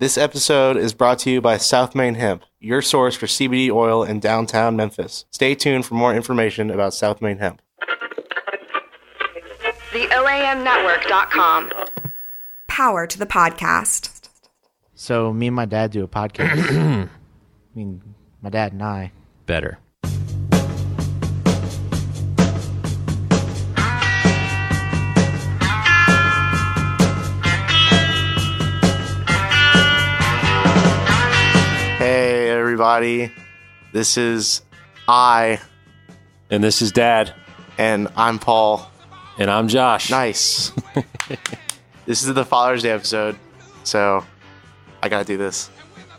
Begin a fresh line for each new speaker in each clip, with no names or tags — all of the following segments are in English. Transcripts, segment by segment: This episode is brought to you by South Main Hemp, your source for CBD oil in downtown Memphis. Stay tuned for more information about South Main Hemp.
The OAMnetwork.com.
Power to the podcast.
So me and my dad do a podcast. I mean, my dad and I.
Better.
Hey, everybody. This is I,
And this is Dad,
and I'm Paul.
and I'm Josh.
Nice. this is the Father's Day episode, so I gotta do this.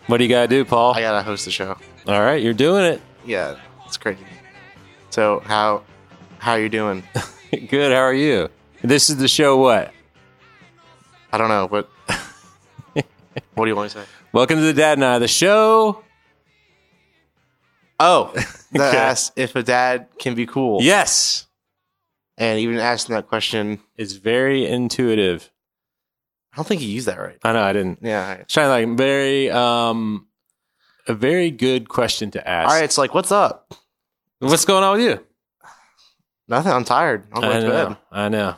What do you gotta do, Paul?
I gotta host the show.
All right, you're doing
Yeah, it's crazy. So how how are you doing?
it. Good. How are you? This is the show. What?
I don't know. What what do you want to say?
Welcome to the Dad and I, the show.
Oh, that
Okay.
asks if a dad can be cool.
Yes,
And even asking that question,
it's very intuitive.
I don't think you used that right.
I know I didn't.
Yeah. all right.
It's trying to like very um, a very good question to ask.
All right. It's like, what's up?
what's going on with you?
Nothing. I'm tired. I'm
I
going to
know.
bed.
I know.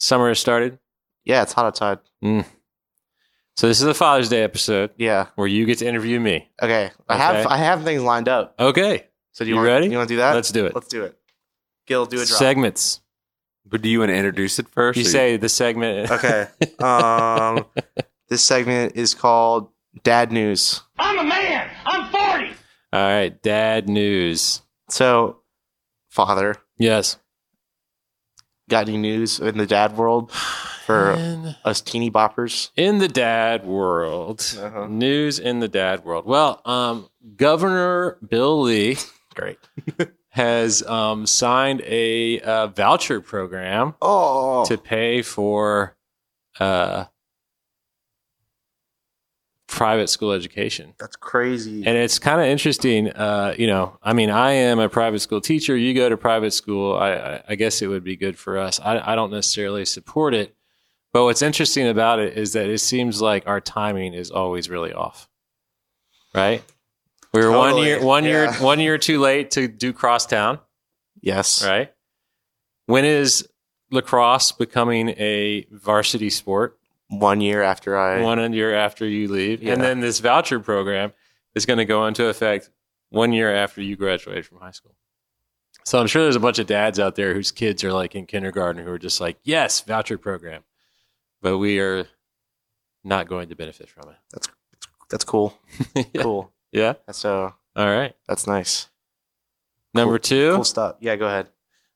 Summer has started,
Yeah, it's hot outside.
so this is the Father's Day episode
Yeah.
where you get to interview me.
Okay. I have
Okay.
I have things lined up.
Okay,
So do you,
You
want,
ready?
You want to do that?
let's do it.
Let's do it. Gil, do a drop.
Segments.
But do you want to introduce it first?
You
or-
say the segment.
Okay. Um, this segment is called Dad News.
All right, dad news.
So, father,
Yes.
got any news in the dad world for
In,
us teeny boppers?
in the dad world,
Uh-huh.
news in the dad world. Well, um, Governor Bill Lee
Great.
has um, signed a uh, voucher program
Oh,
to pay for uh, private school education.
that's crazy.
And it's kind of interesting. Uh, you know, I mean, I am a private school teacher. You go to private school. I, I, I guess it would be good for us. I, I don't necessarily support it. But what's interesting about it is that it seems like our timing is always really off. Right? We were one
Totally.
year, one year,
Yeah.
one year too late to do crosstown.
yes.
Right? When is lacrosse becoming a varsity sport?
One year after I.
one year after you leave.
Yeah.
And then this voucher program is going to go into effect one year after you graduate from high school. So I'm sure there's a bunch of dads out there whose kids are like in kindergarten who are just like, yes, voucher program. But we are not going to benefit from
That's cool.
it. yeah.
Cool.
Yeah.
So
All right.
that's nice.
Number two,
Cool stuff. Yeah, go ahead.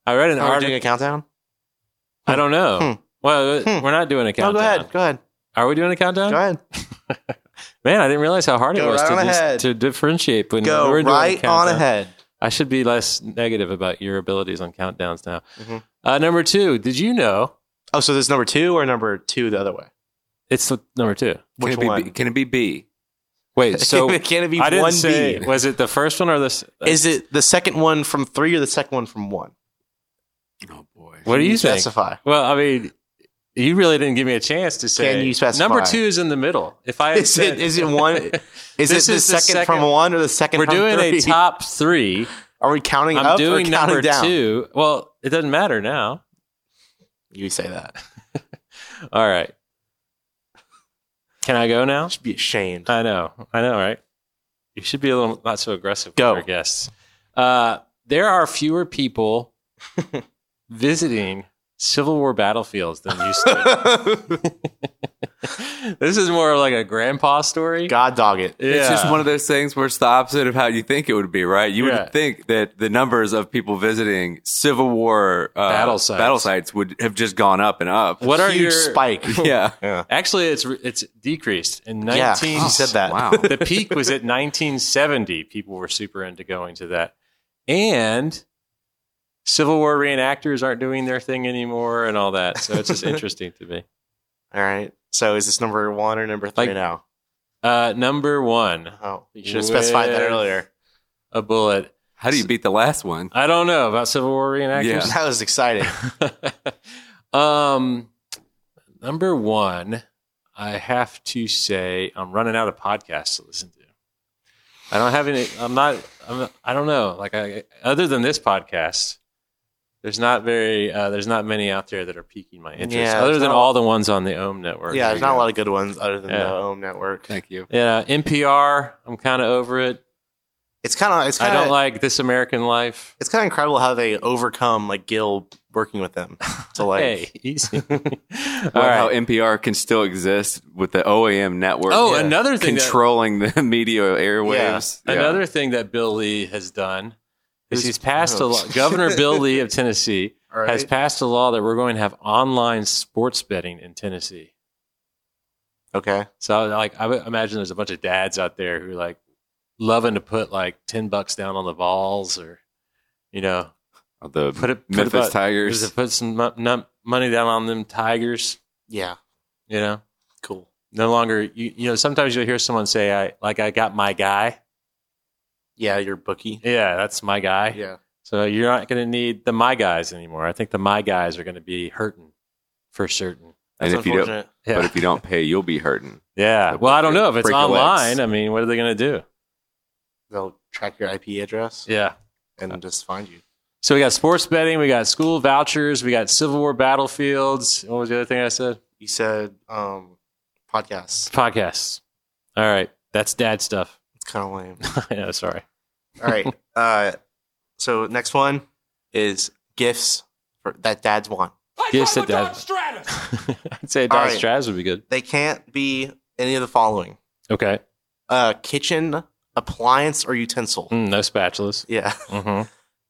I read an
Are we doing
article.
a countdown?
I don't know.
Hmm.
Well, uh,
Hmm.
we're not doing a countdown.
No, go ahead. Go ahead.
Are we doing a countdown?
Go ahead.
Man, I didn't realize how hard it
Go
was
right
to,
on
dis-
ahead.
to differentiate. When
Go
we're doing a
right on
countdown.
ahead.
I should be less negative about your abilities on countdowns now.
Mhm.
Uh, number two, did you know
Oh, so this is number two or number two the other way?
it's the- number two?
can
Which
it be
one?
B? Can it be B?
Wait, so
can it be
I didn't
one
say.
B?
Was it the first one or this?
Is it the second one from three or the second one from one?
Oh boy.
What do
Can
you think?
specify?
Well, I mean, you really didn't give me a chance to say.
Can you specify?
Number two is in the middle. If I had
Is
said,
it is it one? Is it
This
the
is the
second, from
second-
one or the second?
we're
from
doing
three?
a top three.
Are we counting
I'm
up
doing
or
number
counting down?
two. Well, it doesn't matter now.
You say that.
All right. Can I go now?
I should be ashamed.
I know. I know, right? You should be a little not so aggressive
Go.
with our guests. Uh, there are fewer people visiting Civil War battlefields than used to. this is more of like a grandpa story.
God dog it.
Yeah.
It's just one of those things where it's the opposite of how you think it would be, right? You
Yeah.
would think that the numbers of people visiting Civil War uh,
Battle sites.
battle sites would have just gone up and up.
what are
Huge
your
spike.
Yeah.
Yeah.
Actually, it's it's decreased in
Yeah.
nineteen.
You said that.
Wow.
the peak was at 1970. People were super into going to that. And Civil War reenactors aren't doing their thing anymore and all that. So it's just interesting to me.
All right. So is this number one or number three
Like-
now?
Uh, number one,
Oh, you should have specified that
With-
earlier.
a bullet.
How do you beat the last one?
I don't know about Civil War reenactors.
That was exciting.
um, number one, I I have to say I'm running out of podcasts to listen to. I don't have any. I'm not. I'm. I don't know. Like I, other than this podcast, there's not very. Uh, there's not many out there that are piquing my interest.
Yeah,
other
there's
than
not-
all the ones on the Ohm network.
Yeah, there's not a lot of good ones other than
Yeah.
the home network.
Thank you.
Yeah, NPR. I'm kind of over it.
It's kind of it's
I
kind
don't
of
like This American Life.
it's kind of incredible how they overcome like Gil working with them to like
Hey, easy. all right.
Well, How NPR can still exist with the OAM network.
Oh, another thing that-
controlling the media airwaves. Yeah.
Another thing that Bill Lee has done is
Who's-
he's passed a
oh.
law. Governor Bill Lee of Tennessee
All right.
has passed a law that we're going to have online sports betting in Tennessee.
okay
So, like, I would imagine there's a bunch of dads out there who are, like loving to put like ten bucks down on the balls, or you know,
the
put it put
Memphis
about-
Tigers.
just put some mon- num- money down on them Tigers.
yeah
You know,
cool
no longer you, you know. Sometimes you'll hear someone say, "I like I got my guy."
yeah your bookie
Yeah, that's my guy.
yeah
So you're not going to need the my guys anymore. I think the my guys are going to be hurting for certain.
that's
And if you don't-
unfortunate.
Yeah.
But if you don't pay, you'll be hurting.
yeah. Well, I don't know if it's
Break your legs.
online. I mean, what are they going to do?
they'll track your IP address
Yeah.
and just find you
So we got sports betting, we got school vouchers, we got Civil War battlefields. What was the other thing I said?
you said um podcasts
Podcasts. All right. That's dad stuff.
it's kind of lame
yeah, sorry.
all right uh so next one is gifts for, that dads want
Gifts at dad. I'd say dad
All
right.
right.
would be good.
they can't be any of the following
Okay.
uh kitchen appliance or utensil
Mm, no spatulas.
yeah
Mm-hmm.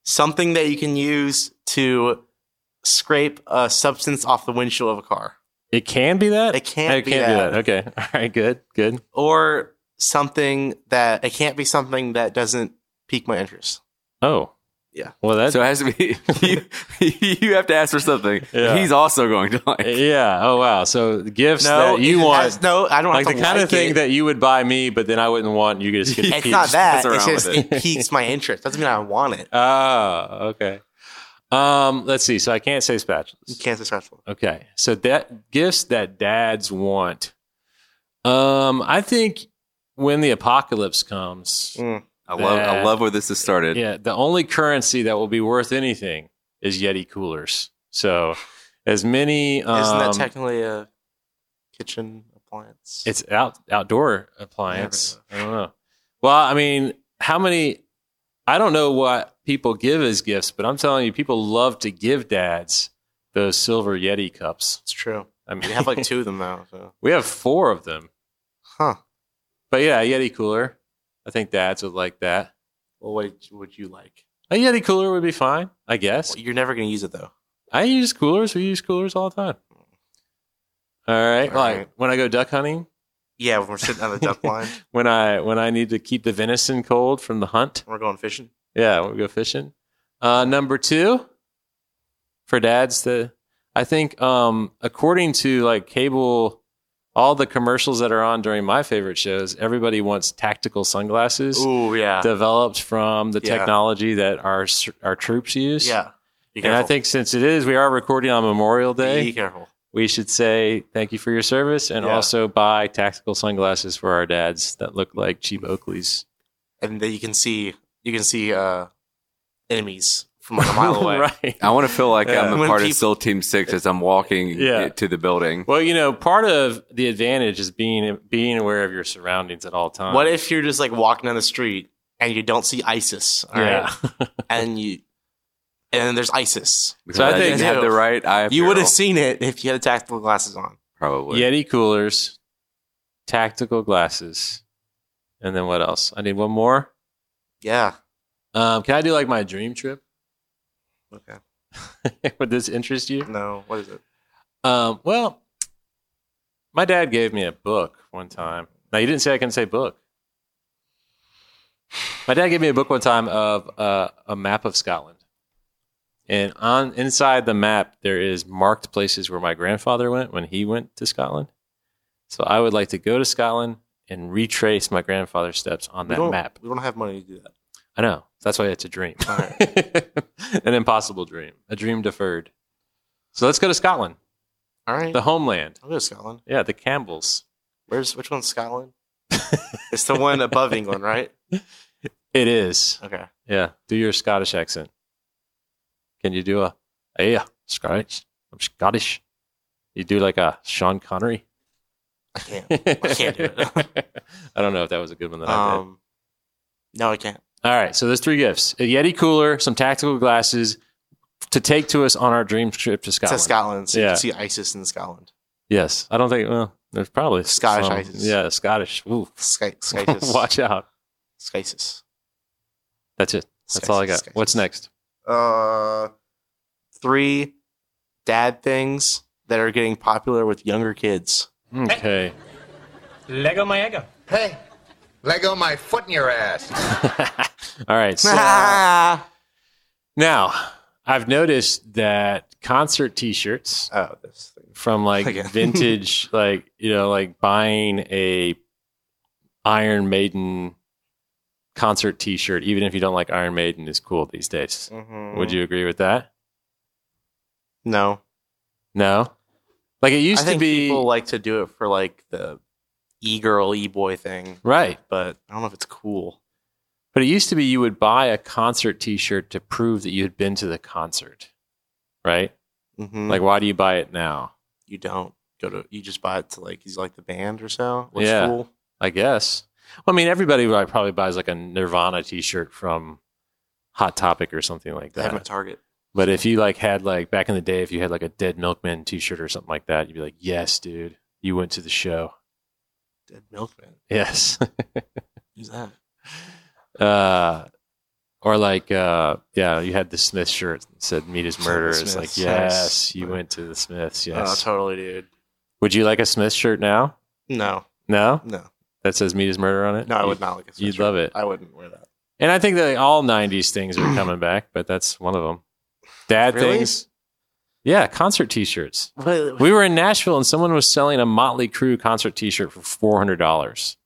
something that you can use to scrape a substance off the windshield of a car
It can be that?
It can't
Oh, it
be
can't
that.
be that. Okay. All right. Good. Good.
or something that it can't be something that doesn't pique my interest
Oh.
Yeah.
Well, that's.
So it has to be you. you have to ask for something.
Yeah.
He's also going to like.
Yeah. Oh wow. So the gifts that you
it
want,
has- no i don't
like the
have to
kind of thing
it.
that you would buy me, but then I wouldn't want. You just get to
it's
keep.
not that
mess
it's
around
just
with
it. piques my interest doesn't mean i want it
Oh, okay. Um, let's see. So I can't say
you
spatulas.
can't successful
Okay. So that gifts that dads want. Um, I think when the apocalypse comes,
Mm.
I love. I
That-
love where this has started.
yeah, the only currency that will be worth anything is Yeti coolers. So as many um,
isn't that technically a kitchen appliance
It's out outdoor appliance. I don't know. Well, I mean, how many? I don't know what people give as gifts, but I'm telling you, people love to give dads those silver Yeti cups.
it's true
I mean,
we have like two of them now so
we have four of them.
huh
But yeah, Yeti cooler. I think dads would like that.
well what would you like
A Yeti cooler would be fine, I guess.
Well, you're never gonna use it though
I use coolers. We use coolers all the time. All right,
All
like
right.
when I go duck hunting,
yeah when we're sitting on the duck line
when I when I need to keep the venison cold from the hunt.
we're going fishing
Yeah, we'll go fishing. Uh, number two for dads, the I think um, according to like cable, all the commercials that are on during my favorite shows, everybody wants tactical sunglasses
oh yeah
developed from the
Yeah.
technology that our s- our troops use.
yeah Be
and I
careful.
think since it is, we are recording on Memorial
be
Day.
careful
We should say thank you for your service and
Yeah.
also buy tactical sunglasses for our dads that look like cheap Oakleys.
and that you can see you can see uh enemies from like a mile away
right.
I want to feel like
Yeah.
I'm a
When
part of
people-
SEAL Team Six as I'm walking
Yeah.
i- to the building.
Well, you know, part of the advantage is being being aware of your surroundings at all times.
what if you're just like walking down the street and you don't see isis all right?
Yeah.
and you and then there's isis
Because
So I
I,
think-
didn't have the right eye.
you would
apparel,
have seen it if you had tactical glasses on
probably.
Yeti coolers, tactical glasses, and then what else? I need one more.
yeah
Um, can I do like my dream trip?
okay
Would this interest you?
no what is it
Um, well, my dad gave me a book one time. Now you didn't say I can say book. My dad gave me a book one time of uh, a map of Scotland, and on inside the map there is marked places where my grandfather went when he went to Scotland. So I would like to go to Scotland and retrace my grandfather's steps on
we
that
don't,
map.
we don't have money to do that
I know that's why it's a dream,
All
an impossible dream, a dream deferred. So let's go to Scotland.
All right.
The homeland.
I'll go to Scotland.
Yeah, the Campbells.
Where's which one's Scotland? it's the one above England, right?
It is.
Okay.
Yeah. Do your Scottish accent. Can you do a yeah, Scottish? I'm Scottish. You do like a Sean Connery.
I can't. I can't do it.
I don't know if that was a good one that I did.
Um, no, I can't.
All right, so there's three gifts: a Yeti cooler, some tactical glasses to take to us on our dream trip to Scotland.
To Scotland. So you
Yeah.
can see ISIS in Scotland.
Yes, I don't think. Well, there's probably
Scottish
some-
ISIS.
Yeah, Scottish. Ooh,
Sky, Skysis.
watch out.
Skysis.
That's it. That's all I got.
Skysis, Skysis.
What's next?
Uh, three dad things that are getting popular with younger kids.
Okay.
Lego my ego.
Hey, Lego my foot in your ass.
All right. so-
Ah.
now, I've noticed that concert T-shirts
Oh, this thing.
from like
Again.
vintage, like you know, like buying a Iron Maiden concert T-shirt, even if you don't like Iron Maiden, is cool these days.
Mhm.
Would you agree with that?
No.
No. Like it used
I think
to be
people like to do it for like the e girl, e boy thing,
right,
but I don't know if it's cool.
but it used to be you would buy a concert T-shirt to prove that you had been to the concert, right?
Mm-hmm.
Like, why do you buy it now?
you don't go to you just buy it to like he's like the band or so. Looks
Yeah.
cool.
I guess. Well, I mean, everybody like, probably buys like a Nirvana T-shirt from Hot Topic or something like
They have 'em at
that.
Target.
But if you like had like back in the day, if you had like a Dead Milkman T-shirt or something like that, you'd be like, "Yes, dude, you went to the show."
Dead Milkman.
Yes.
Who's that?
uh or like uh yeah you had the smith shirt that said meat is murder
The
it's like
Smiths, yes.
yes you went to the smiths
Oh,
yes
totally, dude.
would you like a smith shirt now
No,
no
no,
that says meat is murder on it
no. I
You-
would not like it.
you'd love it
I wouldn't wear that.
and i think that all 90s things are coming back but that's one of them dad
Really?
things yeah concert t-shirts we were in nashville and someone was selling a motley Crue concert t-shirt for $400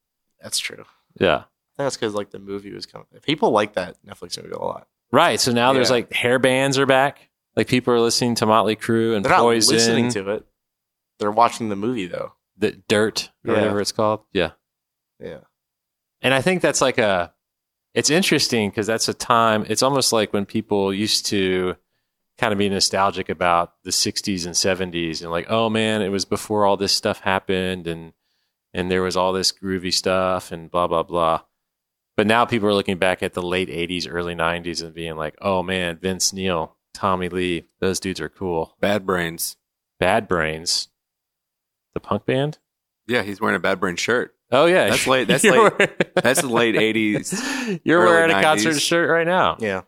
That's true.
yeah
That's because like the movie was coming. People like that Netflix movie a lot.
Right. So now there's
Yeah.
like hair bands are back. Like people are listening to Motley Crue and
They're not
Poison,
listening to it. They're watching the movie though.
the Dirt or
Yeah.
whatever it's called. Yeah.
Yeah.
And I think that's like a. It's interesting because that's a time. It's almost like when people used to kind of be nostalgic about the '60s and '70s, and like, oh man, it was before all this stuff happened, and and there was all this groovy stuff, and blah blah blah. But now people are looking back at the late '80s, early '90s, and being like, oh man, Vince Neil, Tommy Lee, those dudes are cool.
Bad Brains.
Bad Brains, the punk band.
Yeah, he's wearing a Bad Brain shirt.
Oh yeah,
That's late- that's
You're
late-
wearing-
That's the late 80s.
You're
early
wearing a concert
90s.
shirt right now.
Yeah.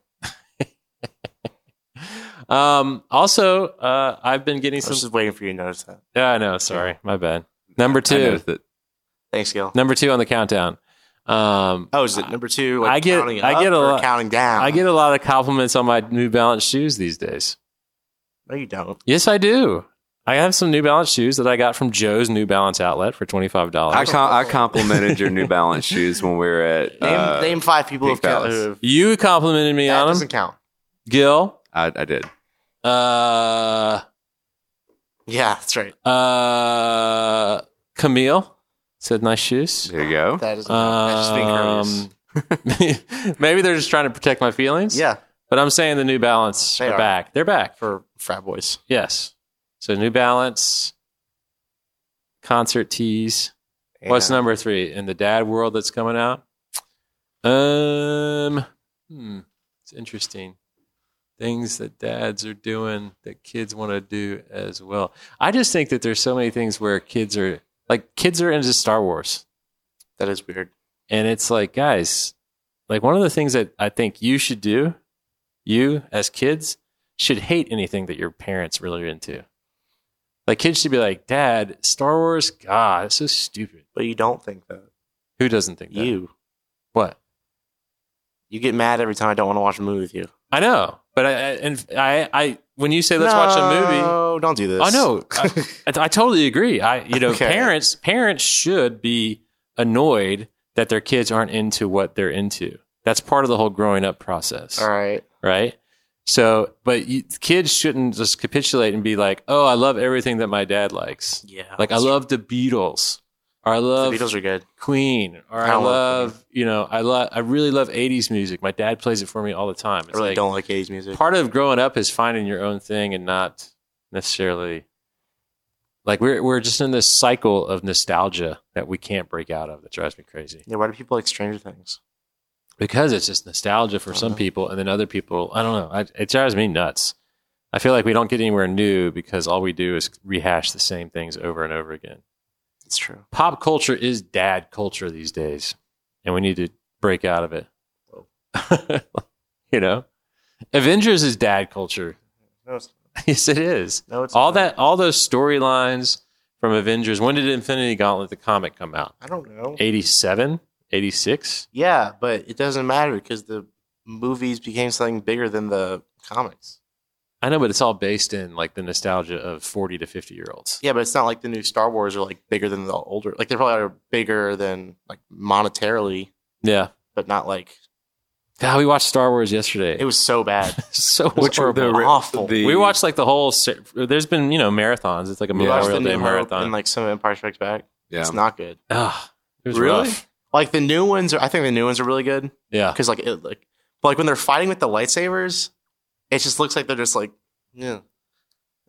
Um, also, uh, I've been getting
I was
some.
just waiting for you to notice that.
Yeah, I know. Sorry, my bad. Number
I
two,
noticed it.
Thanks, Gil.
number two on the countdown. Um,
Oh, is it number two? Like,
I get-
Counting
I
up
get a
or
lot-
Counting down.
I get a lot of compliments on my New Balance shoes these days.
No, you don't.
Yes, I do. I have some New Balance shoes that I got from Joe's New Balance outlet for twenty five
I,
dollars.
com- I complimented your New Balance shoes when we were at.
Name,
uh,
name five people who've
Pink
counted.
Palace.
who've-
You complimented me
That
on
doesn't
them,
count.
Gil.
I, I did.
Uh,
Yeah, that's right.
uh, Camille said nice shoes.
There you go.
That is. I just think
Um, maybe they're just trying to protect my feelings.
Yeah,
But I'm saying the New Balance
They
are,
are.
back. They're back.
for frat boys.
Yes. So New Balance, concert tees. What's
Yeah.
number three in the dad world that's coming out? Um, hmm, it's interesting. Things that dads are doing that kids want to do as well. I just think that there's so many things where kids are like kids are into Star Wars.
That is weird.
And it's like, guys, like one of the things that I think you should do, you as kids, should hate anything that your parents really are into. Like kids should be like, Dad, Star Wars, God, it's so stupid.
But you don't think that.
Who doesn't think that?
You.
What?
You get mad every time I don't want to watch a movie with you.
I know. But I, I and I I when you say let's watch a movie.
No, don't do this.
I know. I, I totally agree. I you know,
Okay.
parents parents should be annoyed that their kids aren't into what they're into. That's part of the whole growing up process.
All right.
right? So, but you, kids shouldn't just capitulate and be like, "Oh, I love everything that my dad likes."
Yeah,
like I
that's
love the Beatles, or I
The
love
Beatles are good.
Queen, or
I
I,
don't love
love you know I love I really love '80s music. My dad plays it for me all the time.
I
It's
really
like,
don't like 80s music.
part of growing up is finding your own thing and not necessarily like we're we're just in this cycle of nostalgia that we can't break out of that drives me crazy
yeah, why do people like Stranger Things?
because it's just nostalgia for some people and then other people I don't know I, it drives me nuts. I feel like we don't get anywhere new because all we do is rehash the same things over and over again.
It's true.
Pop culture is dad culture these days, and we need to break out of it. you know, Avengers is dad culture.
No, it's,
Yes, it is.
No, it's
all
not.
that. All those storylines from Avengers. When did Infinity Gauntlet the comic come out?
I don't know.
87? 86?
Yeah, but it doesn't matter because the movies became something bigger than the comics.
I know, but it's all based in like the nostalgia of forty to fifty year olds.
Yeah, but it's not like the new Star Wars are like bigger than the older. Like they probably are bigger than like monetarily,
Yeah.
but not like
God, we watched Star Wars yesterday.
it was so bad.
so
Which were
horrible.
the- Awful.
we watched like the whole. se- There's been you know marathons. It's like a
We watched
Memorial
the
Day
New Hope
marathon.
and like some of Empire Strikes Back.
Yeah.
It's not good.
Ugh, it was
Really?
rough.
Like the new ones are. I think the new ones are really good
Yeah.
because like it like but like when they're fighting with the lightsabers, it just looks like they're just like yeah,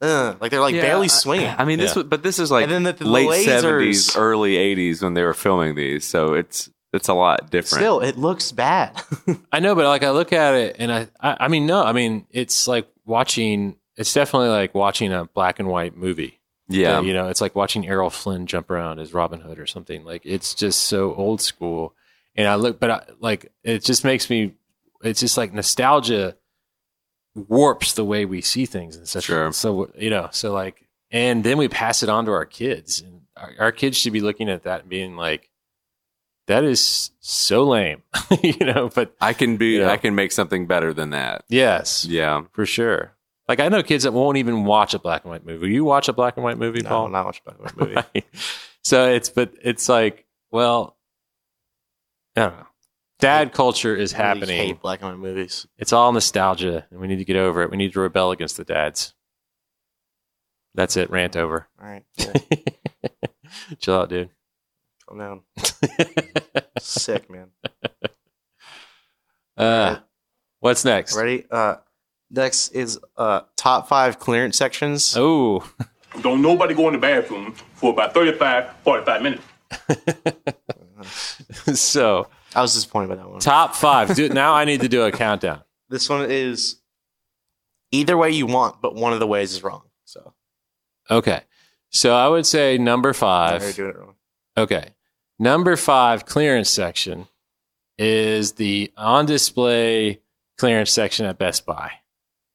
uh, like they're like
Yeah,
barely
I-
swinging.
I mean, this
Yeah.
was, but this is like
And then the- the
late
lasers.
seventies, early eighties when they were filming these, so it's it's a lot different.
Still, it looks bad.
I know, but like I look at it and I, I, I mean, no, I mean, it's like watching, it's definitely like watching a black and white movie.
yeah,
You know, it's like watching Errol Flynn jump around as Robin Hood or something. Like it's just so old school. And I look, but I, like it just makes me, it's just like nostalgia warps the way we see things and such.
Sure.
So, you know, so like, and then we pass it on to our kids. And our, our kids should be looking at that and being like, that is so lame, you know, but
I can be,
Yeah.
I can make something better than that.
yes,
Yeah,
for sure. Like I know kids that won't even watch a black and white movie. You watch a black and white movie,
no,
Paul?
not much about that movie.
so it's but it's like well, I don't know. Dad culture is
I really
happening.
hate black and white movies.
It's all nostalgia, and we need to get over it. We need to rebel against the dads. That's it. Rant over.
All right, cool.
Chill out, dude.
calm down. Sick man.
uh, what's next?
Ready? Uh, next is uh, top five clearance sections.
Oh,
Don't nobody go in the bathroom for about 35, 45 minutes.
so
I was disappointed by that one.
top five. Dude, now I need to do a countdown.
This one is either way you want, but one of the ways is wrong. So
Okay. So I would say number
I'm
five.
doing it wrong.
Okay. Number five clearance section is the on display clearance section at Best Buy,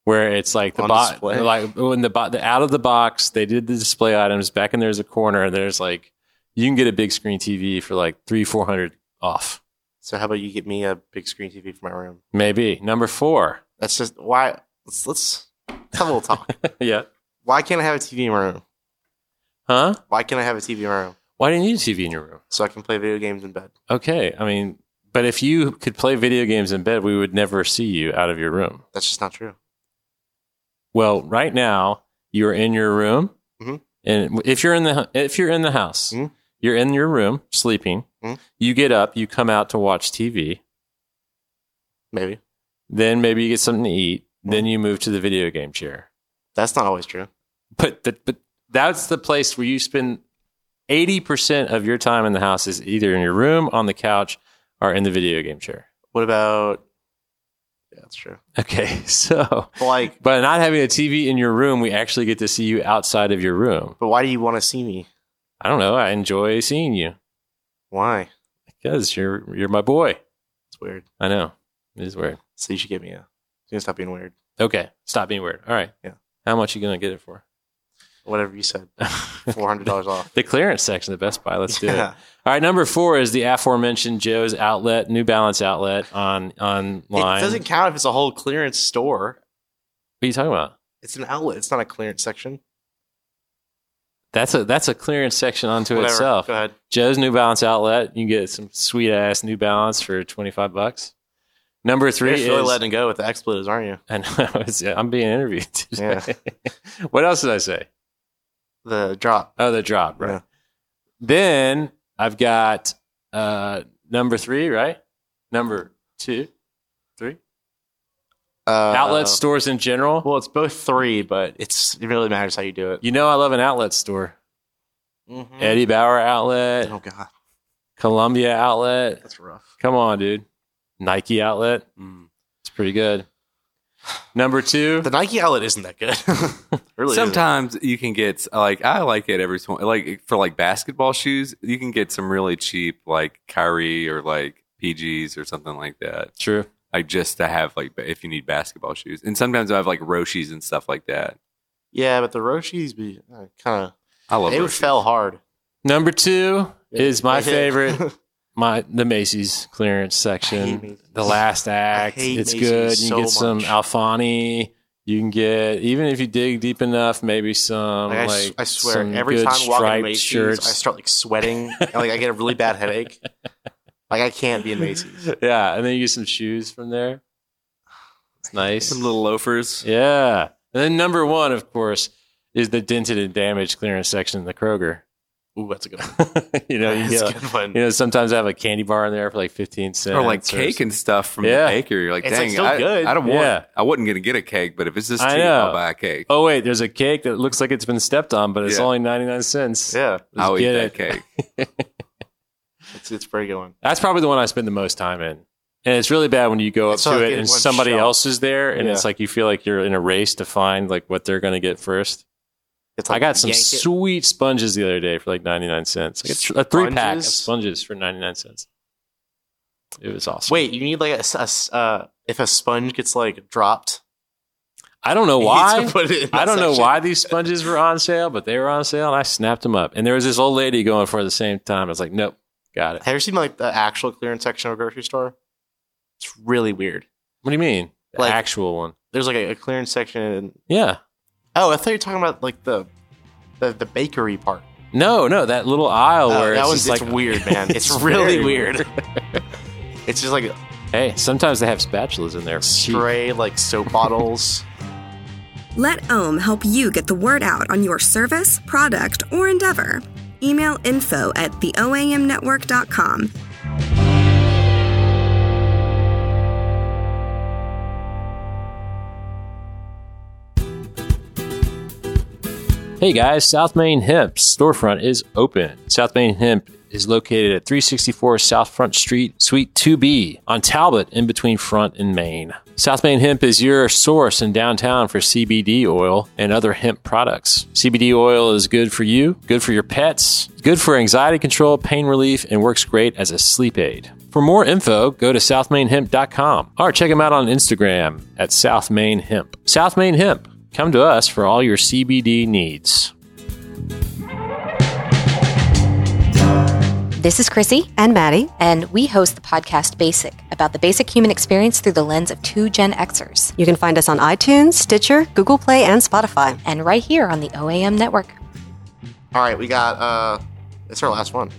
where it's like the
On
box,
display?
like when the, bo- the out of the box, they did the display items back in there's a corner. There's like, you can get a big screen TV for like three, 400 off.
So how about you get me a big screen TV for my room?
Maybe. Number four.
That's just why. Let's, let's have a little talk.
yeah.
why can't I have a TV in my room?
Huh?
Why can't I have a TV in my room
Why didn't you need a TV in your room?
so I can play video games in bed?
Okay. I mean, but if you could play video games in bed, we would never see you out of your room.
That's just not true.
Well, right now you're in your room,
Mhm.
and if you're in the if you're in the house,
Mhm.
you're in your room sleeping.
Mhm.
You get up, you come out to watch TV.
Maybe
Then maybe you get something to eat. Then you move to the video game chair.
that's not always true.
But the, but that's the place where you spend eighty percent of your time in the house is either in your room, on the couch, or in the video game chair.
What about? Yeah, that's true.
Okay, so
But like,
by not having a TV in your room, we actually get to see you outside of your room.
but why do you want to see me?
I don't know. I enjoy seeing you.
Why?
Because you're you're my boy.
It's weird.
I know. It is weird.
So you should get me a. You gonna stop being weird.
Okay. Stop being weird. All right.
Yeah.
How much you gonna get it for?
Whatever you said. Four hundred dollars off.
The clearance section, the Best Buy. Let's do it.
Yeah.
All right, number four is the aforementioned Joe's outlet, New Balance outlet on online.
It doesn't count if it's a whole clearance store.
what are you talking about?
It's an outlet. It's not a clearance section.
That's a that's a clearance section onto
Whatever.
itself.
Go ahead.
Joe's New Balance outlet. You can get some sweet ass New Balance for twenty five bucks. Number 3
You're really
is
letting go with the expletives, aren't you?
I know, it's- I'm being interviewed today. what else did I say?
The drop.
Oh, the drop, right. Then I've got uh number three, right? Number two, three.
Uh,
Outlet stores in general.
Well, it's both three, but it's it really matters how you do it. Mm-hmm.
you know I love an outlet store.
Mm.
Eddie Bauer outlet,
Oh God,
Columbia outlet.
that's rough.
Come on, dude. Nike outlet. It's pretty good. Number two.
The Nike outlet isn't that good. really, isn't.
Sometimes you can get like I like it every time. Like for like basketball shoes, you can get some really cheap like Kyrie or like PGs or something like that.
True.
Like just to have like if you need basketball shoes, and sometimes I have like Roshis and stuff like that.
Yeah, but the Roshis be uh, kind
I
of
love
they
Roshis.
fell hard.
Number two is my
They hit.
favorite. My the Macy's clearance
I hate
section,
Macy's.
the last act.
hate
It's
Macy's
good. You
so
can get some
much.
Alfani. You can get even if you dig deep enough, maybe some
Like,
like,
I, s- I swear,
some
every
good
time I walk into
striped
Macy's,
shirts.
I start like sweating. and, like I get a really bad headache. Like I can't be in Macy's.
yeah, and then you get some shoes from there. It's nice.
some little loafers.
Yeah, and then number one, of course, is the dented and damaged clearance section in the Kroger.
Ooh, that's a good one.
you know, you
That's
get
a good one.
you know sometimes I have a candy bar in there for like fifteen cents
Or like cake and stuff from
Yeah.
the bakery. Like,
It's, like,
dang,
still
I,
good.
I don't want.
Yeah.
I wasn't gonna get a cake, but if it's this cheap,
I know.
I'll buy a cake.
Oh wait, there's a cake that looks like it's been stepped on, but it's
Yeah.
only ninety nine cents.
Yeah,
Let's
I'll eat
get
that
it.
cake.
it's it's a pretty good one.
That's probably the one I spend the most time in, and it's really bad when you go up
It's
to
like
it
in
and
one
somebody
shot.
else is there, and it's
Yeah.
like you feel like you're in a race to find like what they're going to get first.
It's
I got some
yank it.
sweet sponges the other day for like ninety nine cents. Like a tr- a three pack of
Sponges?
sponges for ninety nine cents. It was awesome.
Wait, you need like a, s- a s- uh, if a sponge gets like dropped.
I don't know
you
why.
need to put it in
I
that
don't know
section.
why these sponges were on sale, but they were on sale, and I snapped them up. And there was this old lady going for it at the same time. I was like, nope, got it.
Have you seen like the actual clearance section of a grocery store? It's really weird.
What do you mean? The
Like-
actual one.
There's like a, a clearance section. And,
Yeah.
oh, I thought you were talking about like the the, the bakery part.
No, no, that little aisle
Oh,
where
that
it's
one's
just like
it's weird, man. It's, really weird. it's just like
Hey, sometimes they have spatulas in there. for cheap.
spray like soap bottles.
Let Ohm help you get the word out on your service, product, or endeavor. Email info at theoamnetwork.com.
Hey guys, South Main Hemp's storefront is open. South Main Hemp is located at 364 South Front Street, Suite 2B on Talbot in between Front and Main. South Main Hemp is your source in downtown for CBD oil and other hemp products. CBD oil is good for you, good for your pets, good for anxiety control, pain relief, and works great as a sleep aid. For more info, go to southmainhemp.com or check them out on Instagram at South Main Hemp. South Main Hemp, come to us for all your CBD needs.
This is Chrissy
And Maddie.
and we host the podcast Basic about the basic human experience through the lens of two Gen Xers
You can find us on iTunes, Stitcher, Google Play, and Spotify.
and right here on the OAM network.
All right, we got. uh It's our last one.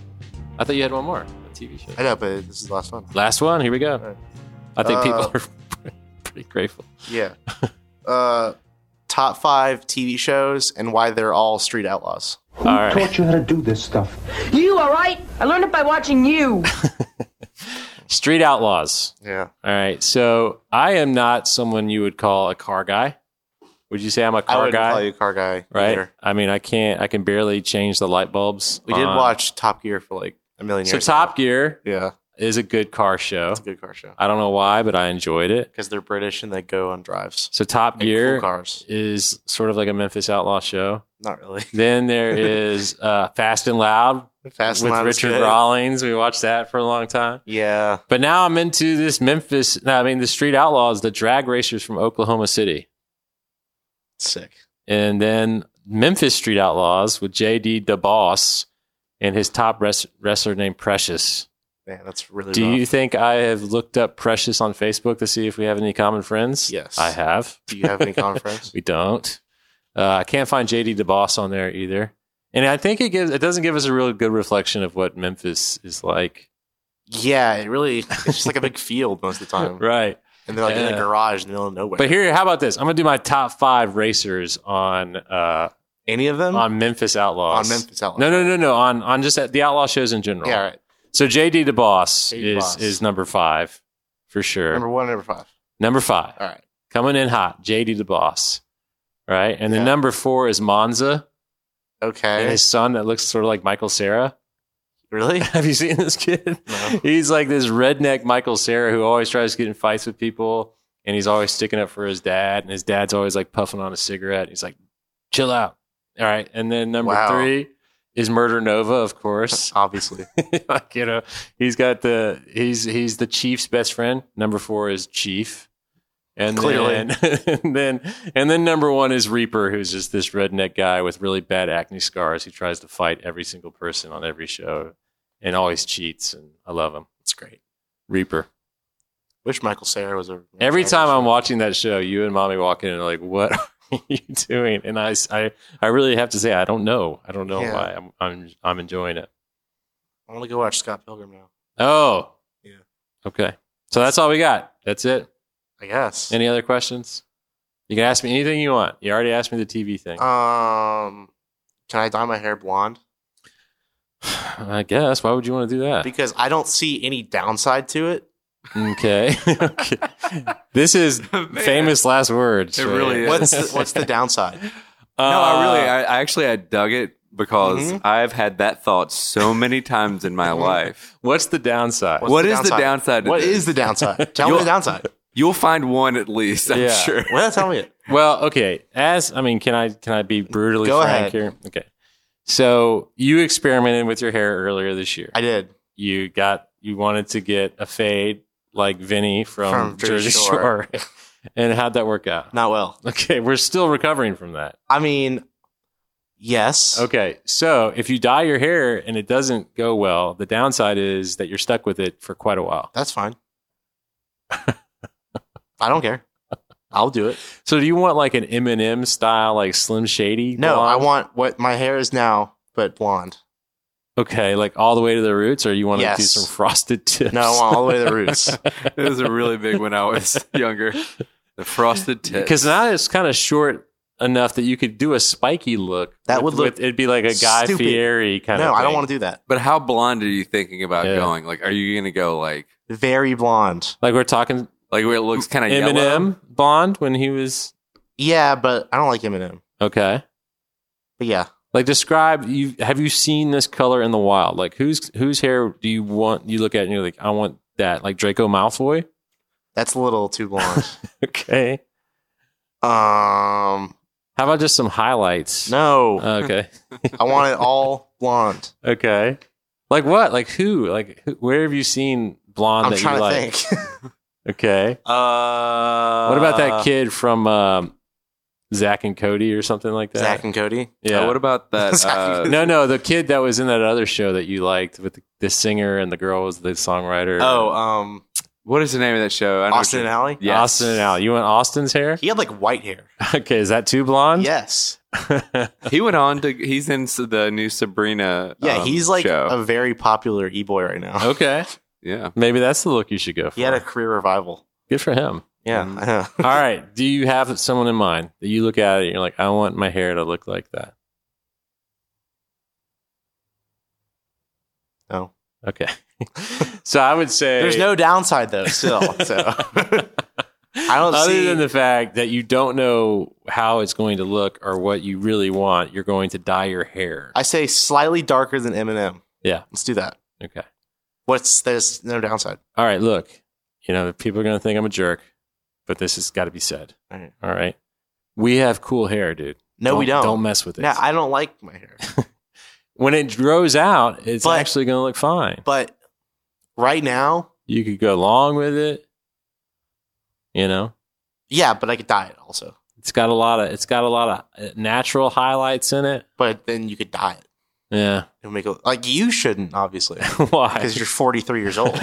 I thought you had one more. A TV show.
I know, but this is the last one.
Last one. Here we go. I think
Uh,
people are pretty grateful.
Yeah. uh Top five TV shows and why they're all street outlaws.
All right.
Taught you how to do this stuff.
You, alright? I learned it by watching you.
Street Outlaws.
Yeah.
All right. So I am not someone you would call a car guy. Would you say I'm a
I
car
wouldn't
guy?
call you a car guy.
right.
either.
I mean, I can't. I can barely change the light bulbs.
We did
on-
watch Top Gear for like a million
So
years.
Top
ago.
Gear
Yeah.
is a good car show.
It's a good car show.
I don't know why, but I enjoyed it.
Because they're British and they go on drives.
So Top
Like,
Gear
cool cars.
is sort of like a Memphis Outlaw show.
Not really.
Then there is uh, Fast and Loud
Fast and
with
Loud is
Richard
good.
Rawlings. We watched that for a long time.
Yeah.
But now I'm into this Memphis. No, I mean the Street Outlaws, the drag racers from Oklahoma City,
Sick.
and then Memphis Street Outlaws with J.D. DeBoss and his top wres- wrestler named Precious.
Man, that's really
Do
rough.
you think I have looked up Precious on Facebook to see if we have any common friends?
Yes.
I have.
Do you have any conference?
We don't. Uh, I can't find JD DeBoss on there either, and I think it gives it doesn't give us a real good reflection of what Memphis is like.
Yeah, it really it's just like a big field most of the time.
Right.
And they're like in
Yeah.
a garage in the middle of nowhere.
But here, how about this? I'm gonna do my top five racers on uh,
any of them
on Memphis Outlaws.
On Memphis Outlaws.
No, no, no, no. On on just the Outlaw shows in general.
Yeah, all right.
So JD the Boss
JD
is
Boss.
is number five for sure.
Number one, number five.
Number five.
All right.
Coming in hot, JD the Boss. Right? And then number four is Monza and
Okay.
his son that looks sort of like Michael Sarah.
Really?
Have you seen this kid? He's like this redneck Michael Sarah who always tries to get in fights with people and he's always sticking up for his dad. And his dad's always like puffing on a cigarette. He's like, chill out. All right. And then number
Wow.
three is Murder Nova, of course.
Obviously.
like, you know, he's got the he's he's the chief's best friend. Number four is Chief. And
Clearly.
then, and then and then number one is Reaper, who's just this redneck guy with really bad acne scars who tries to fight every single person on every show and always cheats and I love him. It's great. Reaper.
Wish Michael Sarah was a
Every time I'm watching that show, you and mommy walk in and are like, what are you doing? And I, s- I, I really have to say, I don't know. I don't know
Yeah.
why I'm, I'm, I'm enjoying it.
I want to go watch Scott Pilgrim now.
Oh.
Yeah.
Okay. So that's all we got. That's it.
I guess.
Any other questions? You can ask me anything you want. You already asked me the TV thing.
Uh,
um can I dye my hair blonde?
I guess. Why would you want to do that?
Because I don't see any downside to it.
Okay. okay. This is famous last words.
It really is.
What's the, what's the downside?
no, I
Uh.
really, I, I actually, I dug it because I've had that thought so many times in my life.
what's the downside?
What's the downside? to
What
this?
is the downside? Tell me the
You'll-
downside.
You'll find one at least, I'm
Yeah.
sure.
Well, tell me it.
Well, okay. As I mean, can I can I be brutally
Go
frank
ahead.
here? Okay. So you experimented with your hair earlier this year.
I did.
you got you wanted to get a fade like Vinny
From
from, Jersey
Jersey
Shore.
Shore.
and how'd that work out?
Not well.
Okay, we're still recovering from that.
I mean, yes.
Okay, so if you dye your hair and it doesn't go well, the downside is that you're stuck with it for quite a while.
That's fine. I don't care. I'll do it.
So do you want like an Eminem style, like Slim Shady?
No, I
blonde?
want what my hair is now, but blonde.
Okay, like all the way to the roots, or you want to do
Yes.
some frosted tips?
No, I want all the way to the roots.
It was a really big when I was younger. The frosted tips.
because now it's kind of short enough that you could do a spiky look.
That would
with-
look
with- it'd be like a Guy
stupid.
Fieri kind of.
No, I don't want to do that.
But how blonde are you thinking about
Yeah.
going? Like, are you gonna go like
Very blonde.
Like we're talking
like where it looks kind of yellow?
Eminem Blonde when he was
Yeah, but I don't like Eminem.
okay.
But yeah,
Like describe you have you seen this color in the wild? Like whose whose hair do you want? You look at it and you're like, I want that. Like Draco Malfoy.
that's a little too blonde.
Okay.
um,
How about just some highlights?
no,
Okay.
I want it all blonde.
okay. Like what? Like who? Like who, where have you seen blonde
I'm
that
trying
you
to
like?
think.
Okay.
Uh,
What about that kid from um, Zach and Cody or something like that?
Zach and Cody.
yeah.
Uh, what about that?
Exactly.
Uh,
no, no, the kid that was in that other show that you liked with the, the singer and the girl was the songwriter.
Oh, um,
what is the name of that show? I know
Austin and
what
Alley.
you're- Yes.
Austin and Al. You want Austin's hair?
He had like white hair.
Okay, is that too blonde?
Yes.
He went on to. He's in s- the new Sabrina.
Yeah,
um,
he's like
show.
a very popular e boy right now.
okay.
yeah.
Maybe that's the look you should go for.
He had a career revival.
Good for him.
Yeah,
Mm.
I know.
All right. Do you have someone in mind that you look at it and you're like, I want my hair to look like that?
No.
Okay. so I would say
There's no downside though. Still, so
I
don't
Other
see-
than the fact that you don't know how it's going to look or what you really want, you're going to dye your hair.
I say slightly darker than Eminem.
Yeah.
let's do that.
okay.
What's there's no downside.
All right. Look, you know, people are going to think I'm a jerk, but this has got to be said.
All right.
All right. We have cool hair, dude.
No, we don't.
Don't mess with it.
Yeah, I don't like my hair,
when it grows out, it's
But-
actually going to look fine.
but right now,
You could go along with it. You know,
yeah, but I could dye it also.
it's got a lot of it's got a lot of uh, natural highlights in it.
But then you could dye it.
Yeah.
It'll make it like you shouldn't obviously
Why?
because you're 43 years old.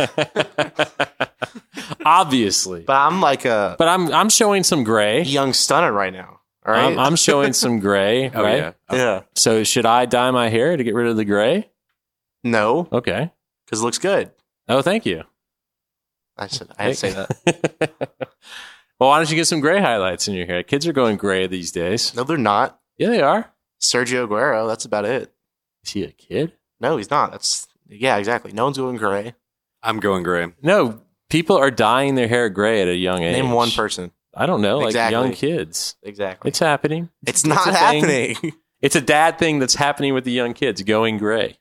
Obviously. But,
But I'm like a
I'm I'm showing some gray.
young stunner right now. All right?
I'm, I'm showing some gray,
Oh
right?
yeah.
yeah.
So should I dye my hair to get rid of the gray?
No,
Okay.
because it looks good.
Oh, thank you.
I said I had to say that.
well, why don't you get some gray highlights in your hair? Kids are going gray these days.
No, they're not.
Yeah, they are.
Sergio Aguero. That's about it.
Is he a kid?
No, he's not. That's yeah, exactly. No one's going gray.
I'm going gray.
No, people are dyeing their hair gray at a young age.
Name one person.
I don't know, like
Exactly.
young kids.
Exactly.
It's happening.
It's, not
a thing.
happening.
It's a dad thing that's happening with the young kids going gray.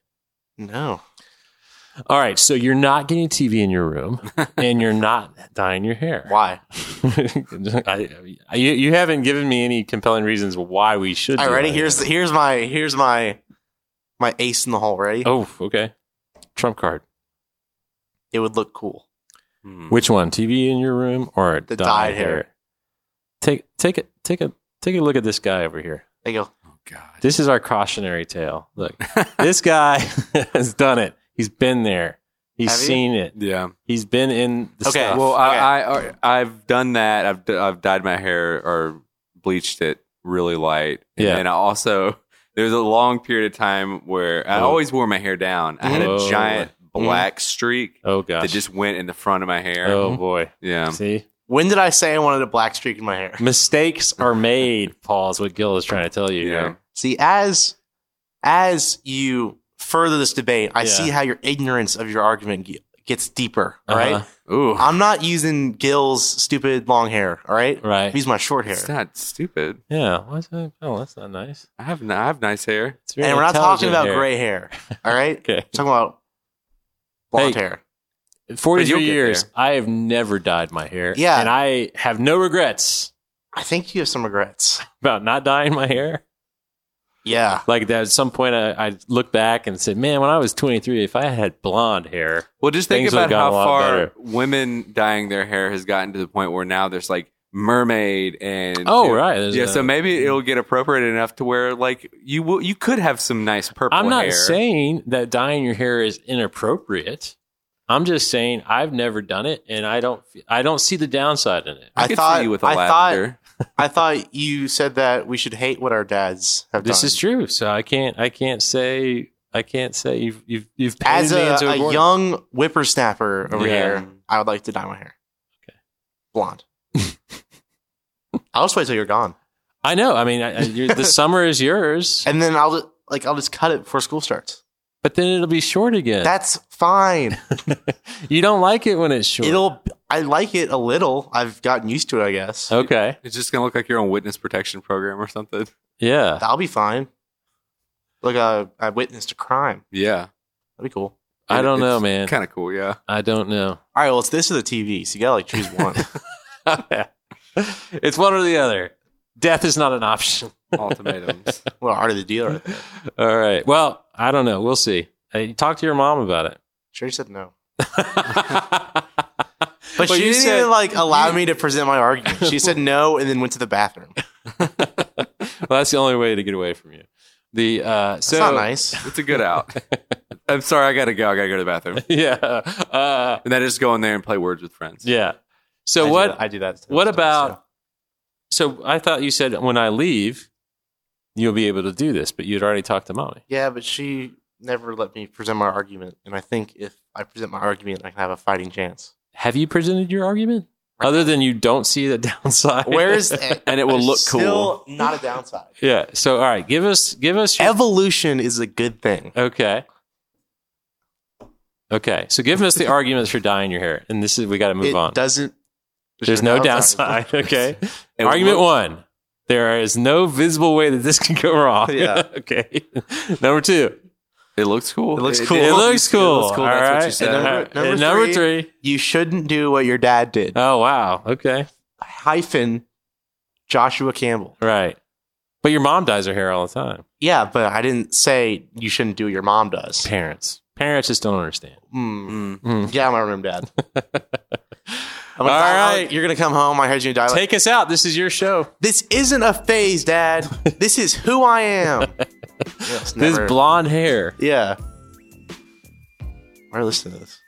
no.
All right, so you're not getting a TV in your room, and you're not dyeing your hair.
Why?
I, I- you, you haven't given me any compelling reasons why we should. do
All righty.
that.
Here's here's my here's my my ace in the hole. Ready?
oh, okay. Trump card.
It would look cool.
Hmm.
Which one? TV in your room or
The
dyed,
dyed
hair?
hair.
Take take a take a take a look at this guy over here.
There you go.
Oh God.
This is our cautionary tale. Look, this guy has done it. He's been there. He's
Have you?
seen it.
Yeah.
He's been in the
Okay,
stuff.
Well,
Okay.
I, I I I've done that. I've d- I've dyed my hair or bleached it really light. And
Yeah.
then I also there was a long period of time where I
Oh.
always wore my hair down. I had
Oh.
a giant black streak
oh gosh.
that just went in the front of my hair.
oh boy.
Yeah.
Um,
See,
When did I say I wanted a black streak in my hair?
mistakes are made. Paul is what Gil is trying to tell you.
Yeah.
here.
See, as as you further this debate, I
Yeah.
see how your ignorance of your argument ge- gets deeper. All right?
Uh-huh.
Ooh.
I'm not using Gil's stupid long hair. All right,
Right.
He's my short hair.
It's not stupid.
Yeah. What's that? Oh, that's not nice.
I have n- I have nice hair.
It's very
And we're not talking
intelligent
about
hair.
gray hair. All right,
Okay.
We're talking about blonde
Hey.
hair.
In 43
But you'll get
years,
there.
I have never dyed my hair.
Yeah.
And I have no regrets
I think you have some regrets.
about not dyeing my hair.
Yeah,
Like that at some point, I, I looked back and said, man, when I was 23, if I had blonde hair,
Well, just think
Things
about
would've
how
gotten a lot
far
better.
women dyeing their hair has gotten to the point where now there's like mermaid and
Oh,
you know,
right, there's
yeah.
a-
so maybe it'll get appropriate enough to where like you will you could have some nice purple.
I'm not
hair.
saying that dyeing your hair is inappropriate. I'm just saying I've never done it, and I don't. I don't see the downside in it.
I,
I
could
thought-
see you with a
I thought-
lavender.
I thought you said that we should hate what our dads have
This
done.
is true, so I can't. I can't say. I can't say you've you've you've painted
As
me
a,
into a,
a
corner.
young whippersnapper over
Yeah.
here, I would like to dye my hair. Blonde. I'll just wait till you're gone.
I know. I mean, I, I, you're, the summer is yours,
And then I'll just like I'll just cut it before school starts.
but then it'll be short again.
That's fine.
you don't like it when it's short.
It'll I like it a little. I've gotten used to it, I guess.
okay.
It's just gonna look like you're on witness protection program or something.
Yeah.
That'll be fine. Look, I, I witnessed a crime.
Yeah,
That'd be cool.
I don't know, man.
Kind of cool. Yeah,
I don't know.
All right, well, it's this or the TV, so you gotta like choose one.
it's one or the other. Death is not an option.
ultimatums.
what art of the deal? Right there.
All right. Well, I don't know. We'll see. Hey, talk to your mom about it.
Sure, said no.
but
But she
you
didn't even like allow me to present my argument. She said no and then went to the bathroom. That's
well, that's the only way to get away from you. The uh, so
not nice.
it's a good out. I'm sorry, I gotta go. I gotta go to the bathroom.
yeah, uh,
And then I just go in there and play words with friends.
yeah. So
I do
what?
that- I do that.
what
sometimes,
about? So I thought you said when I leave, you'll be able to do this, but you'd already talked to mommy.
so. Yeah, but she never let me present my argument, and I think if I present my argument, I can have a fighting chance.
Have you presented your argument? Other than you don't see the downside.
Where is that?
And it will look
Still not a downside.
yeah. So all right, give us give us your
Evolution is a good thing.
Okay. Okay. So give us the arguments for dyeing your hair. And this is, we got to move
it
on.
doesn't.
There's no downside. Okay.
It
Argument
will-
one there is no visible way that this can go wrong.
Yeah.
okay. Number two.
It looks cool.
It looks cool.
It
Well,
looks cool.
looks cool,
All
that's what
right.
she said.
And
Number-
number,
number
and number
three.
three.
You shouldn't do what your dad did.
Oh, wow. Okay.
Hyphen Joshua Campbell.
Right. But your mom dyes her hair all the time.
Yeah, but I didn't say you shouldn't do what your mom does.
Parents. Parents just don't understand.
Hmm.
Mm.
Get out of my room, Dad. I'm gonna
All
die-
right.
you're gonna come home. I heard you die. Like,
Take us out. This is your show.
this isn't a phase, Dad. this is who I am. Yeah, it's
This
never-
blonde hair.
yeah. We're listening to this.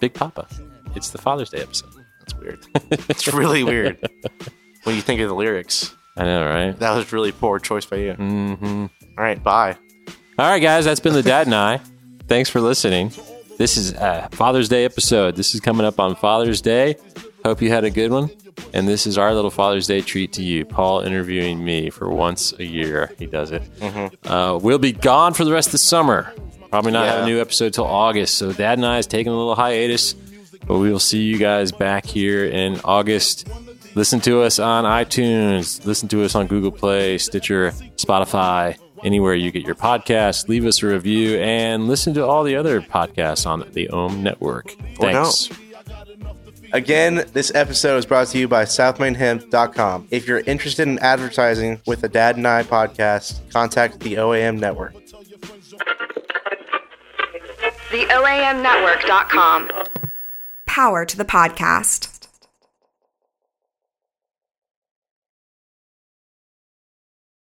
Big Papa. It's the Father's Day episode.
That's weird. it's really weird when you think of the lyrics.
I know, right?
That was really poor choice by you.
Mm hmm.
All right, bye.
All right, guys, that's been the dad and I. Thanks for listening. This is a Father's Day episode. This is coming up on Father's Day. Hope you had a good one. And this is our little Father's Day treat to you. Paul interviewing me for once a year. He does it. Uh, we'll be gone for the rest of the summer. Probably not have a
Yeah.
new episode till August. So Dad and I is taking a little hiatus, but we will see you guys back here in August. Listen to us on iTunes. Listen to us on Google Play, Stitcher, Spotify, anywhere you get your podcast. Leave us a review and listen to all the other podcasts on the Ohm Network.
Or
Thanks.
Again, this episode is brought to you by SouthMainHemp.com. If you're interested in advertising with the Dad and I podcast, contact the OAM Network.
TheOAMNetwork.com. Power to the podcast.